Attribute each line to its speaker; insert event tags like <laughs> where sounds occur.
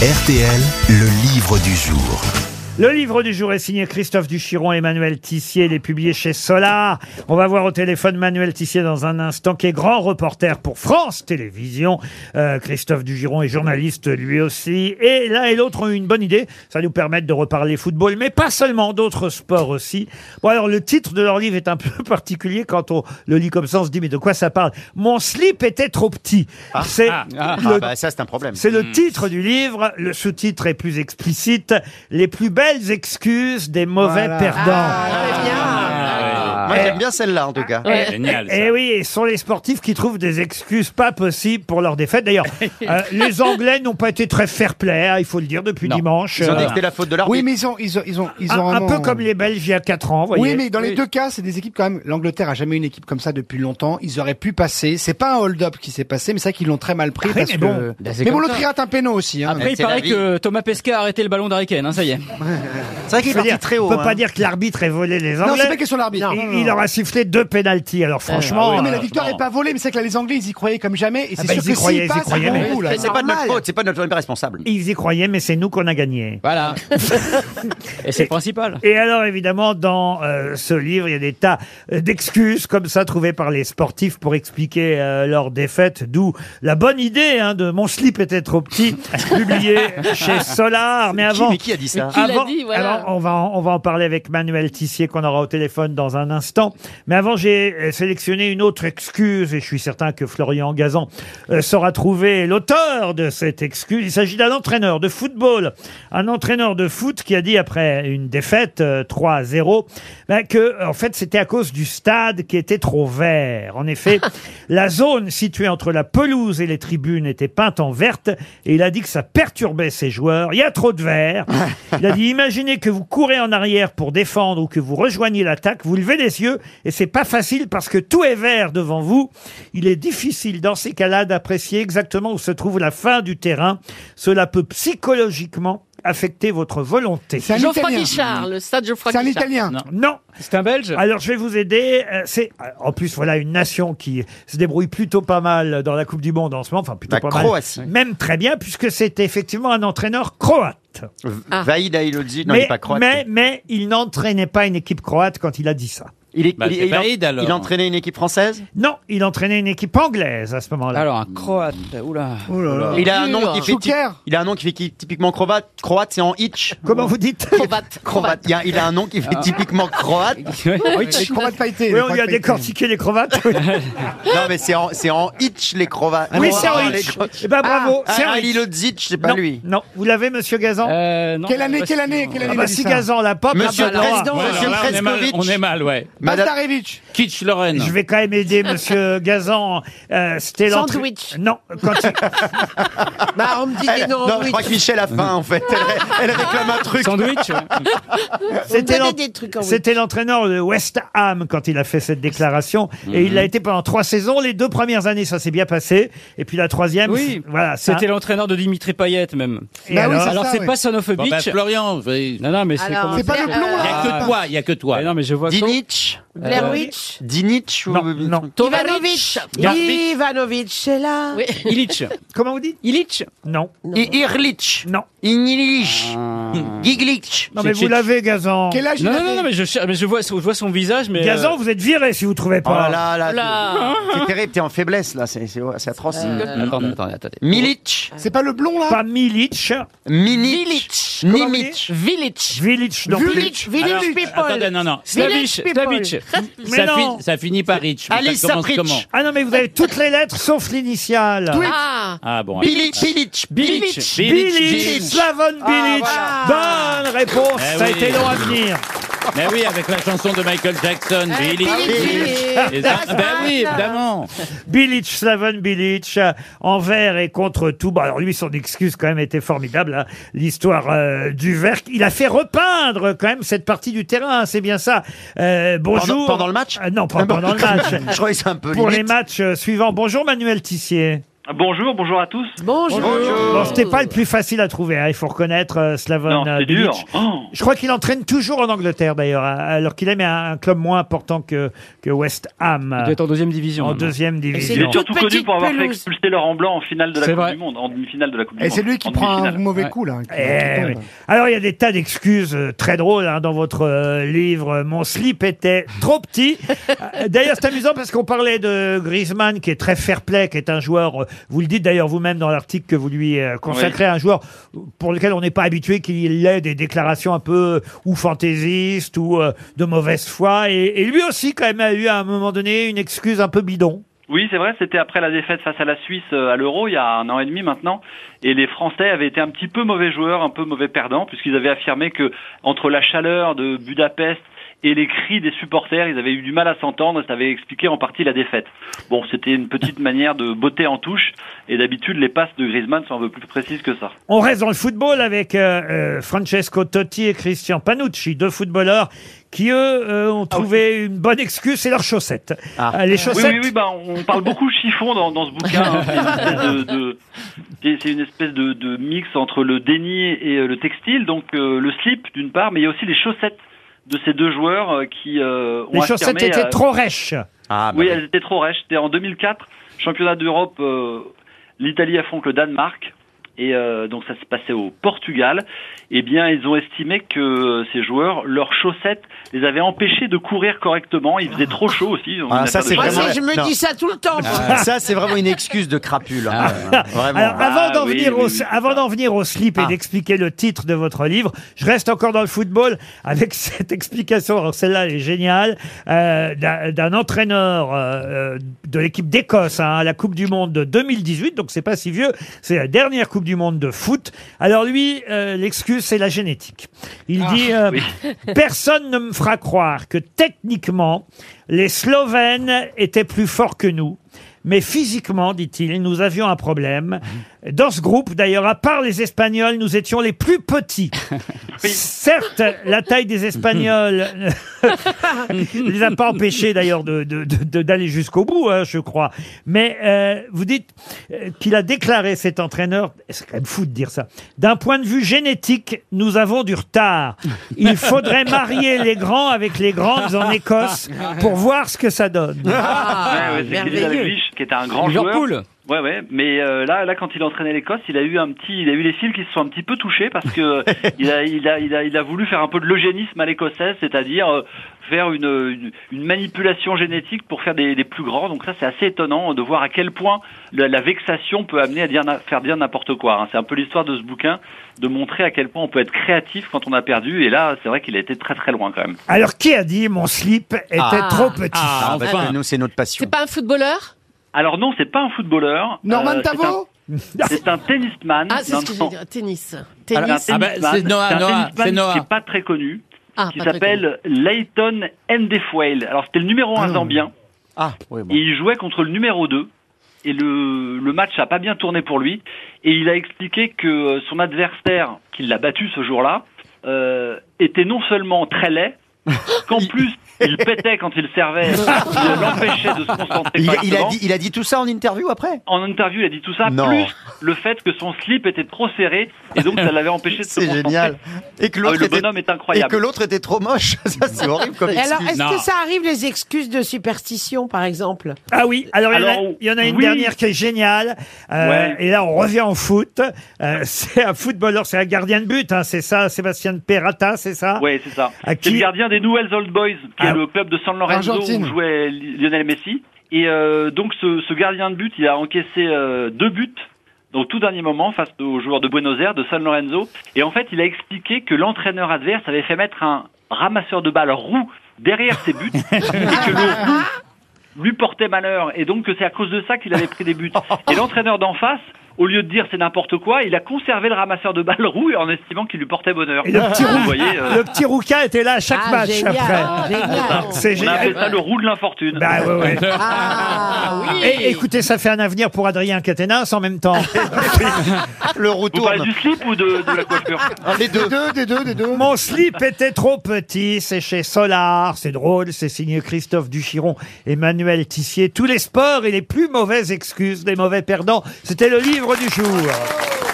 Speaker 1: RTL, le livre du jour.
Speaker 2: Le livre du jour est signé Christophe Duchiron, Emmanuel Tissier. Il est publié chez Solar. On va voir au téléphone Manuel Tissier dans un instant, qui est grand reporter pour France Télévisions. Euh, Christophe Duchiron est journaliste lui aussi. Et l'un et l'autre ont eu une bonne idée. Ça va nous permettre de reparler football, mais pas seulement, d'autres sports aussi. Bon, alors le titre de leur livre est un <laughs> peu particulier quand on le lit comme ça. On se dit, mais de quoi ça parle Mon slip était trop petit. C'est le
Speaker 3: Ah bah ça c'est un problème.
Speaker 2: c'est le titre du livre. Le sous-titre est plus explicite. Les plus belles excuses des mauvais perdants.
Speaker 4: Ah,
Speaker 2: Ah,
Speaker 3: Ah, Moi j'aime bien celle-là en tout cas.
Speaker 5: Génial. ça.
Speaker 2: Eh oui, et ce sont les sportifs qui trouvent des excuses pas possibles pour leur défaite. D'ailleurs, euh, les Anglais n'ont pas été très fair-play, hein, il faut le dire, depuis dimanche.
Speaker 3: Ils ont dit
Speaker 2: Euh,
Speaker 3: que c'était la faute de l'arbitre.
Speaker 4: Oui, mais ils ont, ils ont, ils ont, ils
Speaker 2: un,
Speaker 4: ont
Speaker 2: un
Speaker 4: vraiment-
Speaker 2: peu comme les Belges il y a 4 ans, vous voyez.
Speaker 4: Oui, mais dans les deux cas, c'est des équipes quand même. L'Angleterre a jamais une équipe comme ça depuis longtemps. Ils auraient pu passer. C'est pas un hold-up qui s'est passé, mais c'est vrai qu'ils l'ont très mal pris.
Speaker 2: Oui,
Speaker 4: parce
Speaker 2: mais
Speaker 4: que...
Speaker 2: bon.
Speaker 4: mais bon, l'autre il rate un péno aussi. Hein.
Speaker 6: Après, il
Speaker 3: Eh, c'est la
Speaker 6: paraît
Speaker 3: vie.
Speaker 6: que Thomas Pesca a arrêté le ballon d'Ariken, hein,
Speaker 3: <laughs>
Speaker 6: ça y est.
Speaker 3: C'est vrai
Speaker 2: Je
Speaker 3: qu'il est
Speaker 2: veux
Speaker 3: parti
Speaker 2: dire,
Speaker 3: très
Speaker 2: on
Speaker 3: haut.
Speaker 2: peut
Speaker 3: hein.
Speaker 2: pas dire que l'arbitre ait volé les Anglais.
Speaker 4: non, c'est pas question de l'arbitre.
Speaker 2: Il- Il, aura sifflé deux pénalties. Alors franchement,
Speaker 4: Non, mais la
Speaker 2: euh,
Speaker 4: victoire est pas volée, mais c'est que là, les Anglais, ils y croyaient comme jamais. Et c'est
Speaker 2: Ah bah,
Speaker 4: sûr
Speaker 2: ils y
Speaker 4: que
Speaker 2: croyaient, ils y
Speaker 4: s'ils passent,
Speaker 2: croyaient,
Speaker 4: c'est
Speaker 2: mais-
Speaker 4: bon goût, là.
Speaker 3: Mais c'est pas de notre
Speaker 4: normal.
Speaker 3: faute, c'est pas de notre on est pas responsable.
Speaker 2: ils y croyaient, mais c'est nous qu'on a gagné.
Speaker 6: Voilà. Et c'est le principal.
Speaker 2: Et alors, évidemment, dans euh, ce livre, il y a des tas euh, d'excuses comme ça trouvées par les sportifs pour expliquer euh, leur défaite, d'où la bonne idée hein, de Mon slip était trop petit, <laughs> publié chez Solar. Mais
Speaker 3: Qui,
Speaker 2: avant.
Speaker 3: mais qui a dit ça
Speaker 7: Qui l'a
Speaker 2: avant-
Speaker 7: dit, voilà.
Speaker 2: alors, on va, en- on va en parler avec Manuel Tissier qu'on aura au téléphone dans un instant. Mais avant, j'ai euh, sélectionné une autre excuse et je suis certain que Florian Gazan euh, saura trouver l'auteur de cette excuse. Il s'agit d'un entraîneur de football, un entraîneur de foot qui a dit après une défaite euh, 3-0 ben, que en fait c'était à cause du stade qui était trop vert. En effet,
Speaker 7: <laughs>
Speaker 2: la zone située entre la pelouse et les tribunes était peinte en verte et il a dit que ça perturbait ses joueurs. Il y a trop de vert. Il a dit imaginez que vous courez en arrière pour défendre ou que vous rejoignez l'attaque, vous levez les yeux et c'est pas facile parce que tout est vert devant vous. Il est difficile dans ces cas-là d'apprécier exactement où se trouve la fin du terrain. Cela peut psychologiquement affecter votre volonté.
Speaker 4: C'est un
Speaker 7: Geoffroy
Speaker 4: Italien.
Speaker 7: Guichard, le stade Geoffroy
Speaker 4: C'est un
Speaker 7: Guichard.
Speaker 4: Italien.
Speaker 6: Non.
Speaker 2: Non,
Speaker 6: C'est un Belge
Speaker 2: alors je vais vous aider. Euh, C'est en plus voilà une nation qui se débrouille plutôt pas mal dans la Coupe du Monde en ce moment, enfin plutôt
Speaker 3: La
Speaker 2: pas
Speaker 3: Croatie.
Speaker 2: mal, même très bien puisque c'est effectivement un entraîneur croate.
Speaker 7: Ah.
Speaker 3: Vaïd Ailodzi, non il
Speaker 2: mais,
Speaker 3: est pas croate.
Speaker 2: mais mais il n'entraînait pas une équipe croate quand il a dit ça.
Speaker 3: Il, est,
Speaker 5: Bah,
Speaker 3: il,
Speaker 5: c'est
Speaker 3: il en-
Speaker 5: Vaïd, alors.
Speaker 3: il entraînait une équipe française
Speaker 2: Non, il entraînait une équipe anglaise à ce moment-là.
Speaker 6: Alors, un croate. Oula. <laughs>
Speaker 4: Oh là
Speaker 5: Ah.
Speaker 4: là.
Speaker 3: il a, un nom
Speaker 7: Dur.
Speaker 3: qui fait typ-
Speaker 4: Joker.
Speaker 3: il a un nom qui fait qui- typiquement croate. Croate, c'est en itch.
Speaker 2: Comment vous dites
Speaker 7: <laughs> Crobate.
Speaker 3: Croate. Il, y a- il a un nom qui fait typiquement croate.
Speaker 4: Les croates pailletés.
Speaker 2: Oui,
Speaker 4: les
Speaker 2: on lui a
Speaker 4: croates pailletés.
Speaker 2: décortiqué les croates.
Speaker 3: <laughs>
Speaker 2: Oui,
Speaker 3: Non, mais c'est en, c'est en itch les croates.
Speaker 2: oui,
Speaker 3: Oh,
Speaker 2: c'est
Speaker 3: les
Speaker 2: Henrich.
Speaker 3: croates.
Speaker 2: Eh ben bravo,
Speaker 3: Ah,
Speaker 2: c'est
Speaker 3: non,
Speaker 2: Henrich.
Speaker 3: Ilodzic, c'est pas
Speaker 2: non,
Speaker 3: lui.
Speaker 2: non, vous l'avez, Monsieur Gazan
Speaker 6: Euh, non,
Speaker 4: Quelle année,
Speaker 6: parce-
Speaker 4: quelle année, quelle
Speaker 2: Ah
Speaker 4: année
Speaker 2: bah
Speaker 4: il a
Speaker 2: si
Speaker 4: dit ça
Speaker 2: Gazan l'a pas,
Speaker 3: Monsieur
Speaker 2: personne l'aura.
Speaker 3: Président,
Speaker 5: Ouais,
Speaker 3: Monsieur
Speaker 5: alors là, on est mal,
Speaker 3: Preskovic.
Speaker 5: on est mal, ouais.
Speaker 3: Madame-
Speaker 4: Mazdarevic.
Speaker 5: Kitsch Lorraine.
Speaker 2: Je vais quand même
Speaker 3: <laughs>
Speaker 2: aider Monsieur Gazan. Euh, c'était l'entra-
Speaker 7: Sandwich.
Speaker 2: Non, quand il-
Speaker 7: Eh,
Speaker 3: Elle- non, je crois que Michel a faim en fait. Elle, elle réclame un truc.
Speaker 6: Sandwich ouais.
Speaker 2: c'était l'en- c'était l'entraîneur de West Ham quand il a fait cette déclaration et il l'a été pendant trois saisons. Les deux premières années, ça s'est bien passé et puis la troisième,
Speaker 6: Oui.
Speaker 2: c'est- voilà, ça-
Speaker 6: C'était l'entraîneur de Dimitri Payet, même.
Speaker 2: et
Speaker 4: Bah oui,
Speaker 2: alors-
Speaker 4: ça-
Speaker 6: Alors, c'est
Speaker 4: ouais.
Speaker 6: pas
Speaker 5: Bon, bah,
Speaker 6: sonophobique.
Speaker 5: Florian, il n'y
Speaker 6: Non, non, mais c'est
Speaker 7: Alors,
Speaker 6: comme...
Speaker 4: C'est pas le plomb,
Speaker 5: a
Speaker 4: là.
Speaker 5: que toi, il n'y a que toi.
Speaker 6: Ouais, non, mais je vois son-
Speaker 3: Dinic
Speaker 7: Blair Witch.
Speaker 3: Dinic ou
Speaker 2: Non, non.
Speaker 7: Ivanovic.
Speaker 8: Ivanovic, c'est là.
Speaker 7: Oui.
Speaker 6: Illich.
Speaker 2: Comment vous dites
Speaker 6: Illich
Speaker 2: Non,
Speaker 3: I- Irlich
Speaker 2: non,
Speaker 3: Inilich Giglic
Speaker 2: non mais vous
Speaker 6: Tchitch.
Speaker 2: l'avez Gazan.
Speaker 4: Quel âge il
Speaker 6: Non, non,
Speaker 4: avait
Speaker 6: non, non, mais je, cher- mais je, vois, son- je vois son visage, mais... euh,
Speaker 2: Gazan, vous êtes viré si vous trouvez
Speaker 3: Oh
Speaker 2: pas.
Speaker 3: là là,
Speaker 7: Là.
Speaker 3: c'est terrible, t'es en faiblesse là, c'est c'est- c'est atroce.
Speaker 6: euh, Attendez, attendez, attendez.
Speaker 3: Milic
Speaker 4: C'est pas le blond, là
Speaker 2: Pas Milic,
Speaker 3: Minic
Speaker 2: Comment on dit
Speaker 3: Nimic
Speaker 7: Village.
Speaker 2: Vilic non plus.
Speaker 7: Village. Village
Speaker 5: Attendez,
Speaker 7: People.
Speaker 5: non, non.
Speaker 6: Slavich,
Speaker 7: Village people.
Speaker 6: Slavich.
Speaker 2: Mais
Speaker 5: ça,
Speaker 2: non.
Speaker 5: fi- ça finit par Rich. mais
Speaker 3: Alice
Speaker 5: ça commence
Speaker 3: Sapritch.
Speaker 5: comment
Speaker 2: Ah non mais vous avez toutes les lettres sauf l'initiale.
Speaker 7: Ah.
Speaker 5: Ah bon.
Speaker 3: Bilic Bilic
Speaker 6: Bilic.
Speaker 5: Bilic.
Speaker 2: Bilic, Slavon Bilic. Bonne réponse.
Speaker 5: Eh
Speaker 2: ça a
Speaker 5: oui.
Speaker 2: été long à venir.
Speaker 5: Mais oui, avec la chanson de Michael Jackson. Bilic. Les- Ben oui, évidemment.
Speaker 2: Bilic, Slaven Bilic, euh, envers et contre tout. Bon, alors lui, son excuse quand même était formidable, hein. l'histoire euh, du verre. Il a fait repeindre euh, quand même cette partie du terrain, hein, c'est bien ça. Euh, bonjour.
Speaker 3: Pendant- <laughs> pendant le match
Speaker 2: Ah Non, pas pendant le match.
Speaker 3: <laughs> Je croyais que c'est un peu
Speaker 2: Pour les
Speaker 3: limite.
Speaker 2: matchs euh, suivants. Bonjour Manuel Tissier.
Speaker 9: Bonjour, bonjour à tous.
Speaker 8: Bonjour.
Speaker 2: Bon, c'était pas le plus facile à trouver, hein, il faut reconnaître euh, Slavon
Speaker 9: Non, c'est
Speaker 2: euh,
Speaker 9: dur.
Speaker 2: Bilic.
Speaker 9: Oh.
Speaker 2: Je crois qu'il entraîne toujours en Angleterre d'ailleurs, hein, alors qu'il aime un, un club moins important que, que West Ham
Speaker 6: Il doit être en deuxième division.
Speaker 2: Ah. en
Speaker 6: maintenant.
Speaker 2: deuxième
Speaker 9: Il
Speaker 2: division.
Speaker 9: est surtout
Speaker 8: toute
Speaker 9: connu
Speaker 8: petite
Speaker 9: pour avoir fait
Speaker 8: pelouse.
Speaker 9: expulser Laurent Blanc en finale de la
Speaker 6: C'est
Speaker 9: Coupe
Speaker 6: vrai.
Speaker 9: du Monde, en demi-finale de la Coupe du
Speaker 4: Et
Speaker 9: Monde.
Speaker 4: c'est lui qui
Speaker 9: en
Speaker 4: prend un
Speaker 9: demi-finale.
Speaker 4: mauvais
Speaker 6: Ouais.
Speaker 4: coup, là. qui-
Speaker 2: Eh
Speaker 4: qui
Speaker 2: oui.
Speaker 4: tombe.
Speaker 2: Alors il y a des tas d'excuses euh, très drôles hein, dans votre euh, livre. Mon slip était trop petit. Euh, D'ailleurs c'est amusant parce qu'on parlait de Griezmann qui est très fair-play, qui est un joueur. euh, Vous le dites d'ailleurs vous-même dans l'article que vous lui euh, consacrez, un joueur pour lequel on n'est pas habitué qu'il ait des déclarations un peu euh, ou fantaisistes ou euh, de mauvaise foi. Et, et lui aussi quand même a eu à un moment donné une excuse un peu bidon.
Speaker 9: Oui, c'est vrai, c'était après la défaite face à la Suisse euh, à l'Euro, il y a un an et demi maintenant, et les Français avaient été un petit peu mauvais joueurs, un peu mauvais perdants, puisqu'ils avaient affirmé que entre la chaleur de Budapest et les cris des supporters, ils avaient eu du mal à s'entendre, et ça avait expliqué en partie la défaite. Bon, c'était une petite <laughs> manière de botter en touche, et d'habitude, les passes de Griezmann sont un peu plus précises que ça.
Speaker 2: On reste dans le football avec euh, euh, Francesco Totti et Christian Panucci, deux footballeurs qui, eux, euh, ont trouvé une bonne excuse, c'est leurs chaussettes. Euh, les
Speaker 9: Ah Oui,
Speaker 2: chaussettes,
Speaker 9: oui, oui, bah, on parle beaucoup chiffon dans, dans ce bouquin. hein. C'est une espèce de- de- c'est- C'est une espèce de, de mix entre le déni et euh, le textile, donc euh, le slip d'une part, mais il y a aussi les chaussettes de ces deux joueurs euh, qui euh, ont
Speaker 2: les chaussettes
Speaker 9: affirmé,
Speaker 2: étaient
Speaker 9: euh,
Speaker 2: trop rêches.
Speaker 3: Ah, bah
Speaker 9: Oui,
Speaker 3: oui.
Speaker 9: elles étaient trop rêches. C'était en 2004, championnat d'Europe, euh, l'Italie affronte le Danemark. Et euh, donc ça se passait au Portugal. Eh bien, ils ont estimé que euh, ces joueurs, leurs chaussettes, les avaient empêchés de courir correctement. Il faisait trop chaud aussi. On
Speaker 3: Ah,
Speaker 9: a
Speaker 3: ça,
Speaker 9: pas de
Speaker 3: c'est
Speaker 8: Moi,
Speaker 9: chaussettes.
Speaker 3: vraiment-
Speaker 8: c'est- je me
Speaker 3: Non.
Speaker 8: dis ça tout le temps.
Speaker 7: Ah.
Speaker 3: Ça, c'est vraiment une excuse de crapule. hein. Vraiment.
Speaker 2: Alors, avant
Speaker 9: Ah,
Speaker 2: d'en
Speaker 9: oui,
Speaker 2: venir, au,
Speaker 9: oui, oui, c'est
Speaker 2: avant
Speaker 9: ça.
Speaker 2: d'en venir au slip et
Speaker 3: Ah.
Speaker 2: d'expliquer le titre de votre livre, je reste encore dans le football avec <laughs> cette explication. Alors celle-là elle est géniale euh, d'un d'un entraîneur euh, euh, de l'équipe d'Écosse hein, à la Coupe du Monde de 2018. Donc c'est pas si vieux, c'est la dernière Coupe du Monde de foot. Alors lui, euh, l'excuse c'est la génétique. Il dit euh, <laughs> personne ne me fera croire que techniquement les Slovènes étaient plus forts que nous. Mais physiquement, dit-il, nous avions un problème. Dans ce groupe, d'ailleurs, à part les Espagnols, nous étions les plus petits. Certes, la taille des Espagnols ne les a pas empêchés, d'ailleurs, de- de- de- de- d'aller jusqu'au bout, hein, je crois. Mais euh, vous dites euh, qu'il a déclaré, cet entraîneur, c'est quand même fou de dire ça, d'un point de vue génétique, nous avons du retard. Il faudrait marier les grands avec les grandes en Écosse pour voir ce que ça donne.
Speaker 9: Ah, Ouais, ouais, c'est Kenny Dalglish, qui était un grand joueur.
Speaker 6: Liverpool.
Speaker 9: Ouais, ouais. Mais euh, là, là, quand il entraînait l'Écosse, il a eu un petit, il a eu les fils qui se sont un petit peu touchés parce que il a, il a, il a, il a voulu faire un peu de l'eugénisme à l'écossaise, c'est-à-dire euh, faire une, une, une manipulation génétique pour faire des, des plus grands. Donc ça, c'est assez étonnant de voir à quel point la, la vexation peut amener à dire, na- faire dire n'importe quoi. hein. C'est un peu l'histoire de ce bouquin, de montrer à quel point on peut être créatif quand on a perdu. Et là, c'est vrai qu'il a été très très loin quand même.
Speaker 2: Alors, qui a dit mon slip était
Speaker 7: Ah.
Speaker 2: trop petit
Speaker 5: Ah,
Speaker 3: Ah, bah,
Speaker 5: enfin.
Speaker 3: nous, c'est notre passion.
Speaker 7: C'est pas un footballeur
Speaker 9: Alors non, c'est pas un footballeur.
Speaker 4: Norman
Speaker 9: Euh, c'est
Speaker 4: Tavo
Speaker 9: un- C'est un tennisman.
Speaker 7: Ah, c'est
Speaker 9: Non,
Speaker 7: ce que je
Speaker 9: non.
Speaker 7: voulais dire. Tennis.
Speaker 9: Alors,
Speaker 7: Tennis.
Speaker 9: un
Speaker 5: Ah bah,
Speaker 9: tennisman,
Speaker 5: c'est Noah,
Speaker 9: un
Speaker 5: Noah,
Speaker 9: tennisman
Speaker 5: c'est Noah.
Speaker 9: qui n'est pas très connu,
Speaker 7: Ah,
Speaker 9: qui
Speaker 7: pas très
Speaker 9: s'appelle Leighton Ndefwale. Alors c'était le numéro 1 zambien,
Speaker 3: Ah, oui, bon.
Speaker 9: et il jouait contre le numéro 2, et le, le match a pas bien tourné pour lui, et il a expliqué que euh, son adversaire, qui l'a battu ce jour-là, euh, était non seulement
Speaker 3: <laughs>
Speaker 9: très laid, qu'en plus il pétait quand il servait, il l'empêchait de se concentrer.
Speaker 3: Il, il a
Speaker 9: correctement.
Speaker 3: dit, il a dit tout ça en interview après
Speaker 9: En interview, il a dit tout ça,
Speaker 3: Non.
Speaker 9: plus le fait que son slip était trop serré, et donc ça l'avait empêché de se
Speaker 3: C'est
Speaker 9: concentrer.
Speaker 3: génial. Et que
Speaker 9: Ah oui,
Speaker 3: l'autre
Speaker 9: le
Speaker 3: était,
Speaker 9: bonhomme est
Speaker 3: et
Speaker 9: incroyable.
Speaker 3: que l'autre était trop moche. <laughs> ça, c'est horrible comme
Speaker 8: Et alors,
Speaker 3: excuse.
Speaker 8: est-ce
Speaker 5: Non.
Speaker 8: que ça arrive les excuses de superstition, par exemple
Speaker 2: Ah oui, alors, il y en a-
Speaker 9: Alors,
Speaker 2: il y en a, une
Speaker 9: oui.
Speaker 2: dernière qui est géniale. Euh,
Speaker 9: Ouais.
Speaker 2: Et là, on revient en foot. Euh, <laughs> c'est un footballeur, c'est un gardien de but, hein, c'est ça, Sébastien Perata, c'est ça
Speaker 9: Ouais, c'est ça.
Speaker 2: À
Speaker 9: C'est
Speaker 2: qui-
Speaker 9: le gardien des Nouvelles Old Boys, qui
Speaker 2: Ah.
Speaker 9: est le club de San Lorenzo
Speaker 4: Argentine.
Speaker 9: où jouait Li- Lionel Messi. Et euh, donc ce, ce gardien de but, il a encaissé euh, deux buts au tout dernier moment face aux joueurs de Buenos Aires, de San Lorenzo. Et en fait, il a expliqué que l'entraîneur adverse avait fait mettre un ramasseur de balles roux derrière
Speaker 2: <laughs>
Speaker 9: ses buts et que le roux lui portait malheur. Et donc que c'est à cause de ça qu'il avait pris des buts. Et l'entraîneur d'en face au lieu de dire c'est n'importe quoi, il a conservé le ramasseur de balles roux en estimant qu'il lui portait bonheur.
Speaker 2: Et le petit,
Speaker 9: Vous
Speaker 2: Rouquin-
Speaker 9: voyez, euh,
Speaker 2: le petit Rouquin était là à chaque
Speaker 8: Ah,
Speaker 2: match
Speaker 8: génial. Ah,
Speaker 2: après.
Speaker 8: génial.
Speaker 2: C'est
Speaker 9: on a
Speaker 2: génial.
Speaker 9: appelé ça le roux de l'infortune.
Speaker 2: Bah, ouais, ouais.
Speaker 8: <laughs> Ah, oui.
Speaker 2: Et écoutez, ça fait un avenir pour Adrien Quatennens en même
Speaker 9: <laughs>
Speaker 2: temps.
Speaker 3: Le
Speaker 9: Vous
Speaker 3: retour.
Speaker 9: parlez du slip ou de, de la coiffure
Speaker 3: Les deux.
Speaker 4: des deux, des deux.
Speaker 2: Mon slip était trop petit, c'est chez Solar, c'est drôle, c'est signé Christophe Duchiron, Emmanuel Tissier. Tous les sports et les plus mauvaises excuses des mauvais perdants, c'était le livre du jour.